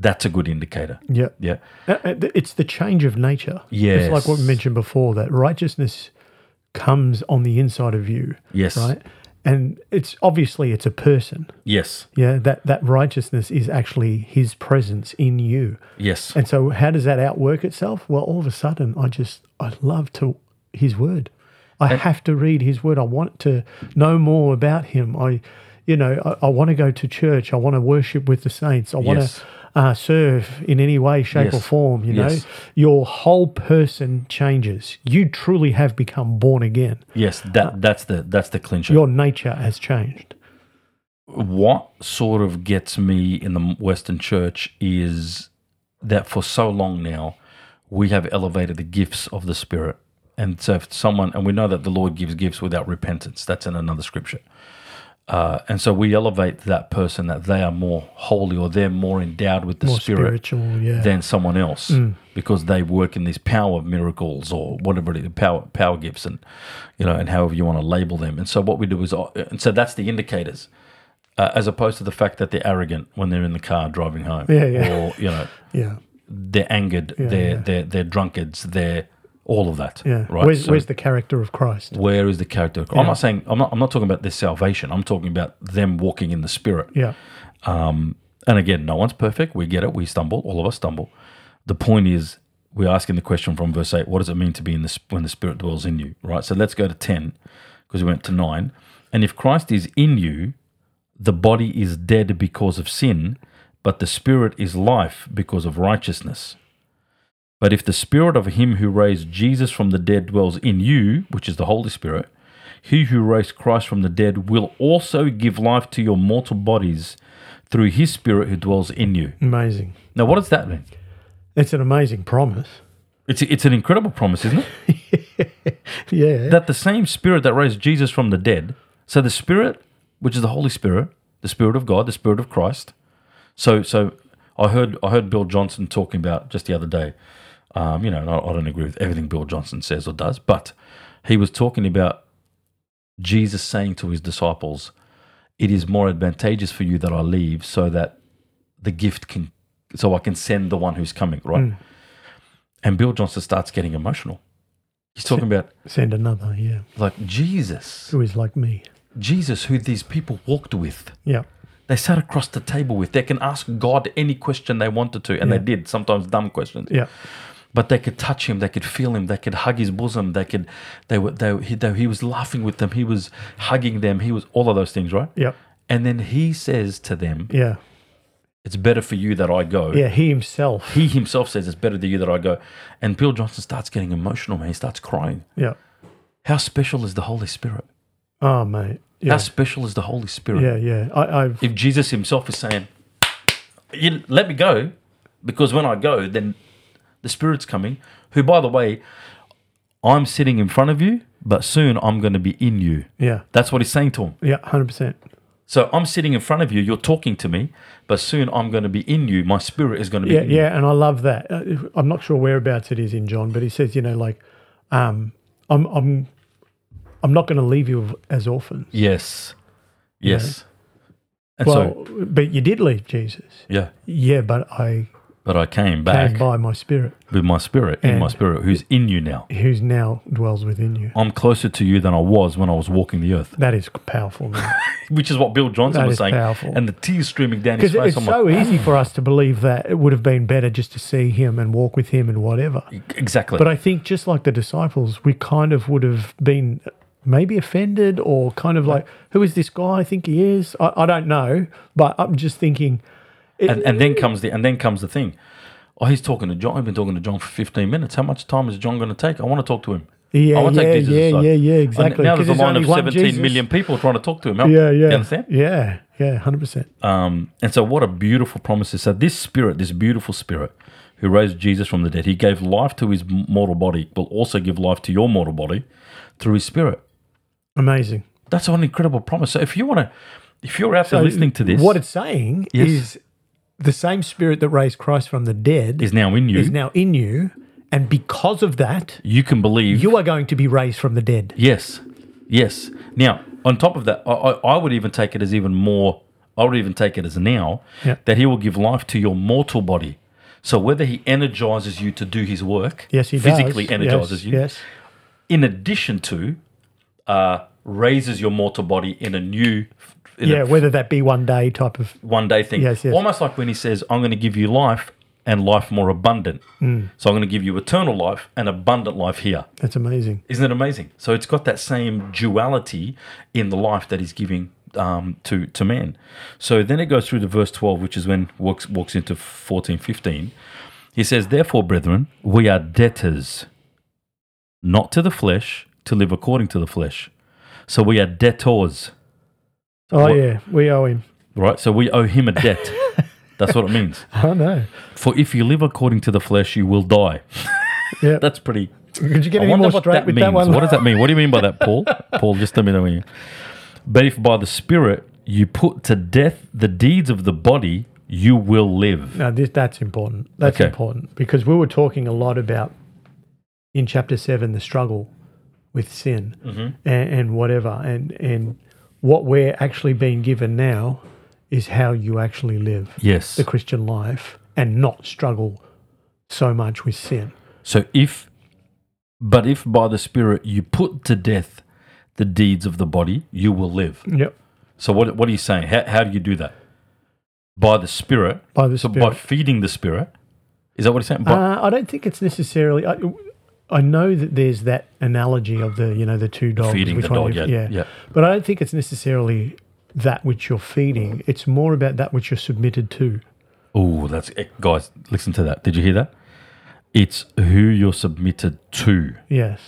A: That's a good indicator.
B: Yep.
A: Yeah.
B: Uh, uh, th- It's the change of nature. It's like what we
A: Yes.
B: mentioned before that righteousness comes on the inside of you.
A: Yes.
B: Right. And it's obviously it's a person.
A: Yes.
B: Yeah. That that righteousness is actually his presence in you.
A: Yes.
B: And so how does that outwork itself? Well, all of a sudden I just I love to his word. I have to read his word. I want to know more about him. I you know, I, I want to go to church. I want to worship with the saints. I want
A: Yes.
B: to uh, serve in any way, shape, or
A: Yes.
B: form. You know,
A: Yes.
B: your whole person changes. You truly have become born again.
A: Yes, that that's the that's the clincher.
B: Your nature has changed.
A: what sort of gets me in the Western Church is that for so long now, we have elevated the gifts of the Spirit. And so, if someone, and we know that the Lord gives gifts without repentance, that's in another scripture. Uh, and so, we elevate that person that they are more holy or they're more endowed with the
B: More
A: Spirit
B: spiritual, yeah.
A: than someone else
B: Mm.
A: because they work in these power miracles or whatever it is, power power gifts and you know and however you want to label them. And so what we do is uh, and so that's the indicators. Uh, as opposed to the fact that they're arrogant when they're in the car driving home,
B: Yeah, yeah.
A: or you know
B: yeah,
A: they're angered, they're they're they're drunkards, they're all of that,
B: yeah.
A: right?
B: Where's,
A: So-
B: where's the character of Christ?
A: where is the character? I'm not saying I'm not I'm not talking about their salvation. I'm talking about them walking in the Spirit.
B: Yeah,
A: And again, no one's perfect. We get it. We stumble. All of us stumble. The point is, we're asking the question from verse 8 what does it mean to be in this when the Spirit dwells in you? Right? So let's go to 10 because we went to 9. And if Christ is in you, the body is dead because of sin, but the Spirit is life because of righteousness. But if the Spirit of Him who raised Jesus from the dead dwells in you, which is the Holy Spirit, He who raised Christ from the dead will also give life to your mortal bodies through His Spirit who dwells in you.
B: amazing.
A: Now, what does that mean?
B: It's an amazing promise.
A: It's, it's an incredible promise, isn't it?
B: Yeah,
A: that the same Spirit that raised Jesus from the dead, so the Spirit, which is the Holy Spirit, the Spirit of God, the Spirit of Christ. So, so I heard I heard Bill Johnson talking about just the other day. Um, you know, and I, I don't agree with everything Bill Johnson says or does, but he was talking about Jesus saying to his disciples, "It is more advantageous for you that I leave, so that the gift can, so I can send the one who's coming." Right. And Bill Johnson starts getting emotional. He's talking about
B: send another. Yeah,
A: like Jesus,
B: who is like me?
A: Jesus, who these people walked with.
B: Yeah,
A: They sat across the table with. They can ask God any question they wanted to, and they did sometimes dumb questions.
B: yeah,
A: But they could touch him, they could feel him, they could hug his bosom. They could, they were, they, he, they, he was laughing with them, he was hugging them, he was all of those things, right?
B: yeah,
A: And then he says to them,
B: yeah,
A: "It's better for you that I go."
B: yeah. He himself.
A: He himself says, "It's better to you that I go." And Bill Johnson starts getting emotional, man. He starts crying.
B: Yeah.
A: How special is the Holy Spirit?
B: Oh, mate. Yeah,
A: How special is the Holy Spirit?
B: yeah, yeah. I, I've
A: if Jesus himself is saying, you let me go, because when I go, then the Spirit's coming, who, by the way, I'm sitting in front of you, but soon I'm going to be in you.
B: yeah,
A: That's what he's saying to him.
B: yeah, hundred percent.
A: So I'm sitting in front of you, you're talking to me, but soon I'm going to be in you. My spirit is going to be
B: Yeah,
A: in you.
B: yeah, and I love that. Uh, I'm not sure whereabouts it is in John, but he says, you know, like, um, I'm, I'm, I'm not going to leave you as orphans.
A: Yes. Yes. And so,
B: Well, but you did leave Jesus.
A: yeah.
B: Yeah, but I
A: But I came back
B: came by my Spirit,
A: with my spirit, in my
B: And-
A: spirit, who's in you now.
B: who's now dwells within you.
A: I'm closer to you than I was when I was walking the earth.
B: That is powerful. man.
A: which is what Bill Johnson
B: That
A: was
B: is
A: saying,
B: powerful.
A: and the tears streaming down his
B: Because
A: face.
B: it's
A: I'm
B: so easy for us to believe that it would have been better just to see him and walk with him and whatever.
A: like, e-, exactly.
B: But I think just like the disciples, we kind of would have been maybe offended or kind of like, who is this guy I think he is? I, I don't know. But I'm just thinking,
A: and, and then comes the and then comes the thing. Oh, he's talking to John. I've been talking to John for 15 minutes. How much time is John going to take? I want to talk to him.
B: Yeah,
A: I want to
B: yeah,
A: take Jesus
B: yeah,
A: aside.
B: yeah, yeah,
A: And
B: exactly.
A: Now
B: 'Cause
A: there's a
B: there's
A: line of
B: only one
A: 17 million
B: Jesus.
A: people trying to talk to him.
B: yeah, yeah.
A: You understand?
B: Yeah, yeah, 100%.
A: Um, and so, what a beautiful promise is. So, this spirit, this beautiful spirit who raised Jesus from the dead, he gave life to his mortal body, will also give life to your mortal body through his spirit.
B: Amazing.
A: That's an incredible promise. So, if you want to, if you're out there listening to this,
B: What it's saying
A: Yes.
B: is the same spirit that raised Christ from the dead
A: is now in you,
B: is now in you. And because of that,
A: you can believe.
B: you are going to be raised from the dead.
A: yes, yes. Now, on top of that, I, I, I would even take it as even more. I would even take it as now
B: Yeah.
A: that he will give life to your mortal body. So whether he energizes you to do his work,
B: Yes, he
A: physically
B: does.
A: energizes
B: yes,
A: you,
B: Yes.
A: in addition to uh, raises your mortal body in a new, in a
B: Yeah, whether that be one day type of
A: one day thing.
B: Yes, yes.
A: Almost like when he says, I'm going to give you life and life more abundant.
B: Mm.
A: So I'm going to give you eternal life and abundant life here.
B: That's amazing.
A: Isn't it amazing? So it's got that same duality in the life that he's giving um, to to man. So then it goes through to verse 12, which is when walks walks into 14, 15. He says, "Therefore, brethren, we are debtors, not to the flesh, to live according to the flesh. So we are debtors,
B: Oh
A: What-
B: yeah, we owe him.
A: right? So we owe him a debt. That's what it means.
B: I know.
A: For if you live according to the flesh, you will die.
B: Yeah.
A: That's pretty
B: Could you get
A: I
B: any
A: wonder
B: more
A: what
B: straight
A: that
B: with
A: means.
B: that one?
A: What does that mean? What do you mean by that, Paul? Paul, just a minute. mean. But if by the Spirit you put to death the deeds of the body, you will live.
B: No, this, that's important. That's
A: Okay.
B: important because we were talking a lot about in chapter seven the struggle with sin
A: Mm-hmm.
B: and, and whatever, and and what we're actually being given now is how you actually live
A: Yes.
B: the Christian life and not struggle so much with sin.
A: So if, but if by the Spirit you put to death the deeds of the body, you will live.
B: Yep.
A: So what, what are you saying? How, how do you do that? By the Spirit.
B: By the
A: so by
B: Spirit.
A: feeding the Spirit. Is that what he's saying? By,
B: Uh, I don't think it's necessarily. I, I know that there's that analogy of the you know the two dogs.
A: Feeding the
B: one
A: dog,
B: you-
A: yeah, yeah.
B: But I don't think it's necessarily that which you're feeding. It's more about that which you're submitted to.
A: Oh, that's eh, guys. Listen to that. Did you hear that? It's who you're submitted to.
B: Yes,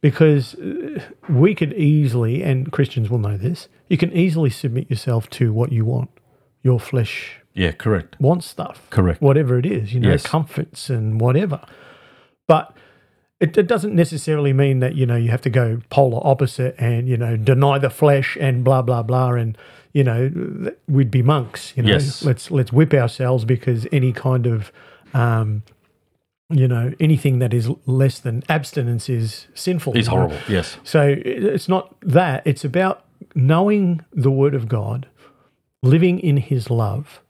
B: because uh, we could easily, and Christians will know this. You can easily submit yourself to what you want. Your flesh
A: Yeah, correct.
B: want stuff.
A: Correct.
B: Whatever it is, you know,
A: Yes.
B: comforts and whatever. But it, it doesn't necessarily mean that, you know, you have to go polar opposite and, you know, deny the flesh and blah, blah, blah. And, you know, th- we'd be monks, you know,
A: Yes.
B: let's, let's whip ourselves because any kind of, um, you know, anything that is less than abstinence is sinful.
A: It's
B: you know.
A: horrible. Yes.
B: So it- it's not that. It's about knowing the Word of God, living in His love,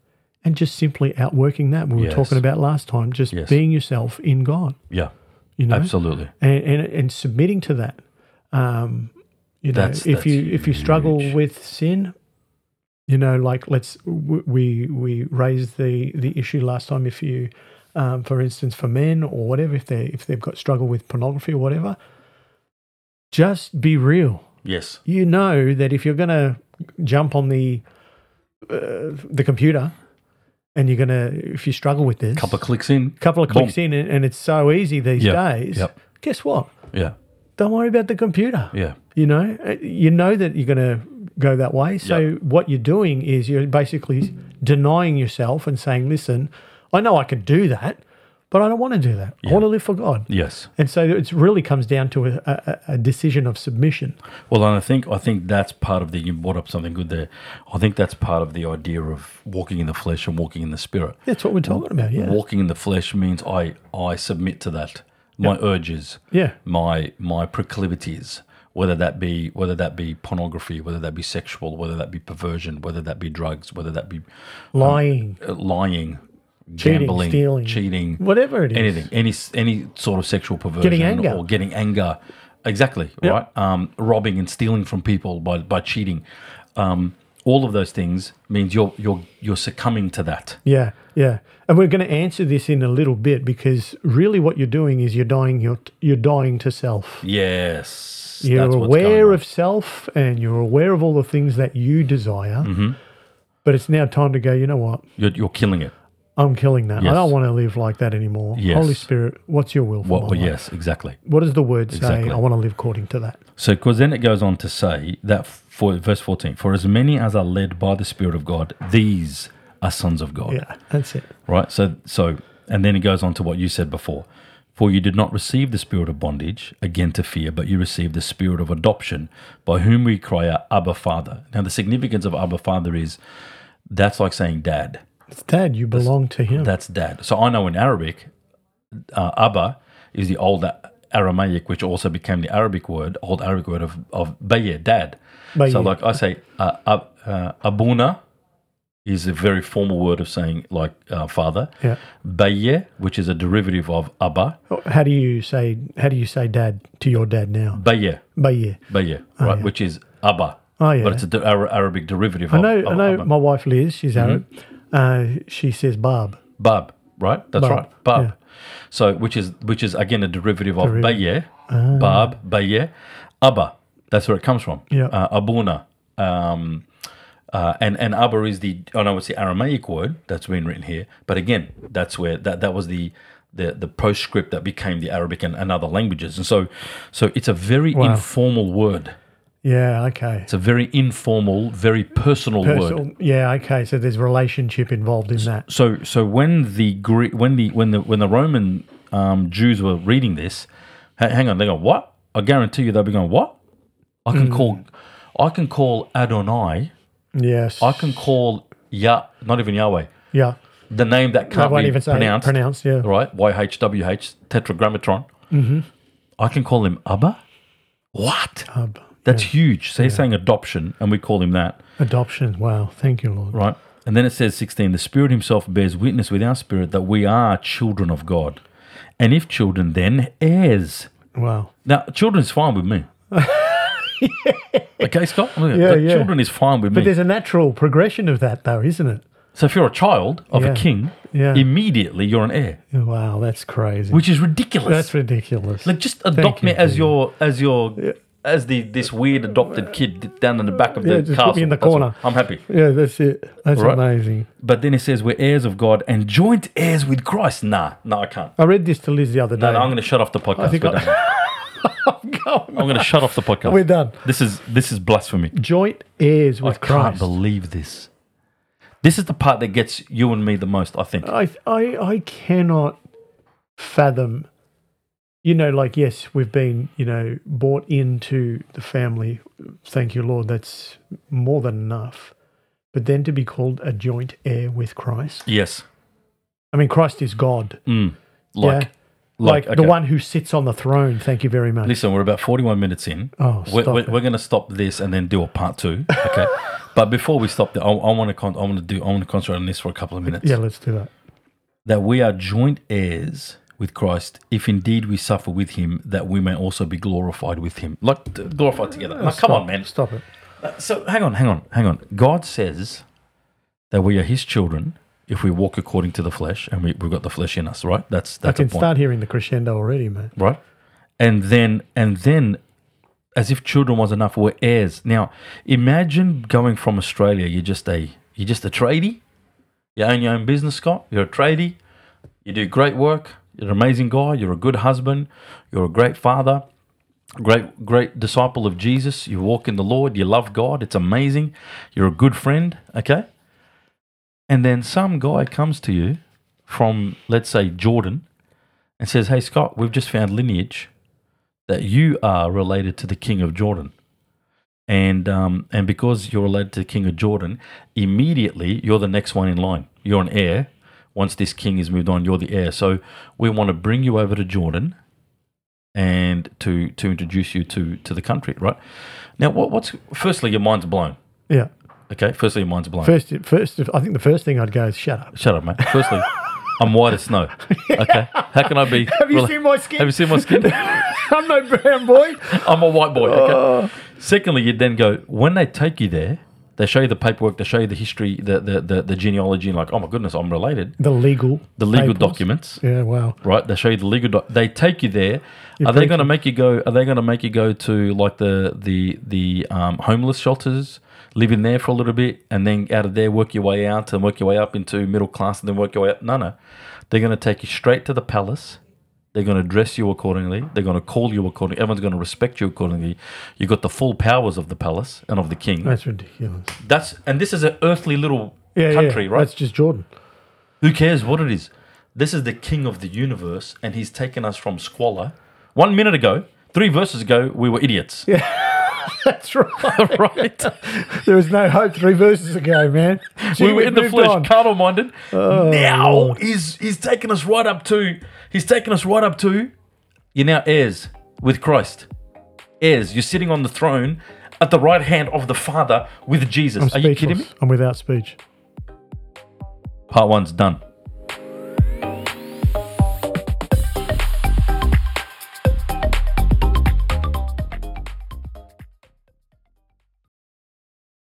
B: and just simply outworking that. We were
A: Yes.
B: talking about last time, just
A: Yes.
B: being yourself in God,
A: Yeah.
B: you know,
A: Absolutely.
B: and, and and submitting to that. Um, you know,
A: That's-
B: if
A: that's
B: you if you struggle
A: huge.
B: with sin, you know, like let's w- we we raised the the issue last time. If you, um, for instance, for men or whatever, if they if they've got struggle with pornography or whatever, just be real
A: Yes.
B: you know that if you're going to jump on the uh, the computer and you're going to if you struggle with this
A: Couple of clicks in.
B: couple of
A: Boom.
B: clicks in and, and it's so easy these
A: Yep,
B: days
A: yep.
B: guess what
A: Yeah.
B: don't worry about the computer
A: Yeah.
B: you know Uh, you know that you're going to go that way so
A: Yep.
B: what you're doing is you're basically denying yourself and saying listen i know i can do that but i don't want to do that i want to live for god
A: Yes.
B: and so it really comes down to a, a, a decision of submission
A: Well, and I think I think that's part of the. You brought up something good there. I think that's part of the idea of walking in the flesh and walking in the spirit.
B: that's what we're talking about yeah
A: Walking in the flesh means I I submit to that. My urges.
B: Yeah.
A: my my proclivities whether that be whether that be pornography whether that be sexual whether that be perversion whether that be drugs whether that be
B: lying,
A: uh, lying
B: Cheating,
A: gambling
B: stealing.
A: cheating
B: whatever it is.
A: anything any s- any sort of sexual perversion
B: anger.
A: or getting anger exactly right um, robbing and stealing from people by by cheating um, all of those things means you're you're you're succumbing to that
B: Yeah, yeah. And we're going to answer this in a little bit because really what you're doing is you're dying you're, you're dying to self.
A: yes
B: You're
A: that's what's going
B: aware
A: on.
B: of self and you're aware of all the things that you desire.
A: Mm-hmm.
B: But it's now time to go, you know what?
A: you're, you're killing it
B: I'm killing that.
A: Yes.
B: I don't want to live like that anymore.
A: Yes.
B: Holy Spirit, what's your will for
A: what
B: my
A: well,
B: life?
A: yes exactly
B: What does the word say?
A: Exactly.
B: I want to live according to that.
A: So, because then it goes on to say that for verse 14, for as many as are led by the Spirit of God, these are sons of God.
B: Yeah, that's it.
A: Right? So, so, and then it goes on to what you said before. For you did not receive the spirit of bondage, again to fear, but you received the spirit of adoption, by whom we cry out, Abba Father. Now, the significance of Abba Father is that's like saying dad.
B: It's dad, you belong to him.
A: That's dad. So I know in Arabic, uh, Abba is the old Aramaic, which also became the Arabic word, old Arabic word of, of Baye, dad. So,
B: Baye.
A: like I say, uh, ab, uh, Abuna is a very formal word of saying, like, uh, father.
B: Yeah.
A: Baye, which is a derivative of Abba.
B: How do you say how do you say dad to your dad now?
A: Baye,
B: But Ah, yeah.
A: Baye, right, which is Abba.
B: Oh, yeah.
A: But it's an Arabic derivative
B: I
A: of,
B: know,
A: of
B: I know
A: Abba.
B: my wife Liz, she's Arab.
A: Mm-hmm.
B: Uh, she says Barb.
A: Bab, right? That's
B: Bab,
A: right. Bab.
B: yeah.
A: So which is which is again a derivative of Baye,
B: Ah.
A: Bab, Baye, Abba. That's where it comes from.
B: Yeah.
A: Uh, abuna. Um, Uh, and and Abba is the oh no, it's the Aramaic word that's been written here. But again, that's where that that was the the, the postscript that became the Arabic and, and other languages. And so so it's a very
B: Wow.
A: informal word.
B: Yeah. Okay.
A: It's a very informal, very personal, word.
B: Personal- yeah. Okay. So there's relationship involved in that.
A: So so when the Gre- when the when the when the Roman um, Jews were reading this, ha- hang on, they go what? I guarantee you they'll be going what? I
B: Mm.
A: can call, I can call Adonai.
B: Yes.
A: I can call Yah, not even Yahweh,
B: yeah.
A: the name that
B: I
A: can't
B: won't
A: be
B: even say
A: pronounced,
B: pronounced. yeah.
A: right? YHWH, tetragrammatron. Mm-hmm. I can call him Abba. What?
B: Ab-
A: That's huge. So he's saying adoption, and we call him that.
B: adoption. Wow. Thank you, Lord.
A: Right. And then it says 16, the Spirit Himself bears witness with our spirit that we are children of God. And if children, then heirs.
B: Wow.
A: Now, children's fine with me. Okay, Scott?
B: Yeah,
A: The
B: yeah.
A: Children is fine with
B: But
A: me.
B: there's a natural progression of that, though, isn't it?
A: So if you're a child of
B: Yeah.
A: a king,
B: Yeah.
A: immediately you're an heir,
B: Wow. That's crazy.
A: which is ridiculous.
B: that's ridiculous.
A: like, just adopt
B: you,
A: me as
B: Peter.
A: your, as your, as the this weird adopted kid down in the back of the
B: Yeah, just put me
A: castle.
B: in the
A: That's all.
B: corner.
A: I'm happy.
B: yeah. That's it. That's
A: Right.
B: amazing.
A: But then it says we're heirs of God and joint heirs with Christ. Nah, no, I can't.
B: I read this to Liz the other day.
A: No, no, I'm going to shut off the podcast.
B: think
A: We're
B: I-
A: done.
B: Go on.
A: I'm going to shut off the podcast.
B: We're done.
A: This is this is blasphemy.
B: Joint heirs with
A: I can't
B: Oh Christ.
A: believe this. This is the part that gets you and me the most. I think.
B: I, I I cannot fathom. You know, like yes, we've been you know bought into the family. Thank you, Lord. That's more than enough. But then to be called a joint heir with Christ.
A: Yes.
B: I mean, Christ is God.
A: Mm. Like.
B: yeah. Like, the
A: okay.
B: one who sits on the throne. Thank you very much.
A: Listen, we're about 41 minutes in.
B: Oh,
A: we're,
B: stop
A: we're,
B: it.
A: we're going to stop this and then do a part two. Okay. but before we stop, that, I, I want to con- I want to do I want to concentrate on this for a couple of minutes.
B: yeah, let's do that.
A: That we are joint heirs with Christ, if indeed we suffer with Him, that we may also be glorified with Him. Like t- glorified together. Now, come on,
B: Stop-
A: man.
B: Stop it.
A: So hang on, hang on, hang on. God says that we are His children if we walk according to the flesh, and we, we've got the flesh in us, right? That's
B: I
A: that's a
B: can
A: point,
B: start hearing the crescendo already, man.
A: right? And then and then, as if children was enough, we're heirs. Now imagine going from Australia. You're just a you're just a tradie. You own your own business, Scott. You're a tradie. You do great work. You're an amazing guy. You're a good husband. You're a great father great great disciple of Jesus. You walk in the Lord. You love God. It's amazing. You're a good friend. Okay. And then some guy comes to you from let's say Jordan and says, "Hey Scott, we've just found lineage that you are related to the king of Jordan." And um, and because you're related to the king of Jordan, immediately you're the next one in line. You're an heir. Once this king is moved on, you're the heir. So we want to bring you over to Jordan and to to introduce you to to the country, right? Now, what, what's firstly your mind's blown.
B: Yeah.
A: Okay, firstly your mind's blown.
B: First, first, I think the first thing I'd go is shut up.
A: Shut up, mate. Firstly, I'm white as snow. Okay, how can I be?
B: Have you
A: rela-
B: seen my skin?
A: Have you seen my skin?
B: I'm no brown boy.
A: I'm a white boy. Okay. Secondly, you then go when they take you there. They show you the paperwork. They show you the history, the the the, the genealogy, and like, oh my goodness, I'm related.
B: The legal.
A: The legal
B: papers.
A: documents,
B: Yeah, wow.
A: right? They show you the legal. Doc- they take you there. are they
B: breaking-
A: going to make you go? Are they going to make you go to like the the the um, homeless shelters, live in there for a little bit, and then out of there work your way out and work your way up into middle class, and then work your way up? No, no. They're going to take you straight to the palace. They're going to dress you accordingly. They're going to call you accordingly. Everyone's going to respect you accordingly. You've got the full powers of the palace and of the king.
B: That's ridiculous.
A: That's and this is an earthly little
B: Yeah,
A: country,
B: yeah.
A: right?
B: That's just Jordan.
A: Who cares what it is? This is the king of the universe, and he's taken us from squalor. One minute ago, three verses ago, we were idiots.
B: That's right.
A: right?
B: there was no hope three verses ago, man. Gee,
A: we were
B: we've
A: in the
B: moved
A: flesh,
B: on. Oh.
A: carnal minded. now he's he's taken us right up to he's taken us right up to you're now heirs with Christ. Heirs, you're sitting on the throne at the right hand of the Father with Jesus.
B: I'm
A: Are you kidding me?
B: speechless. I'm without speech.
A: Part one's done.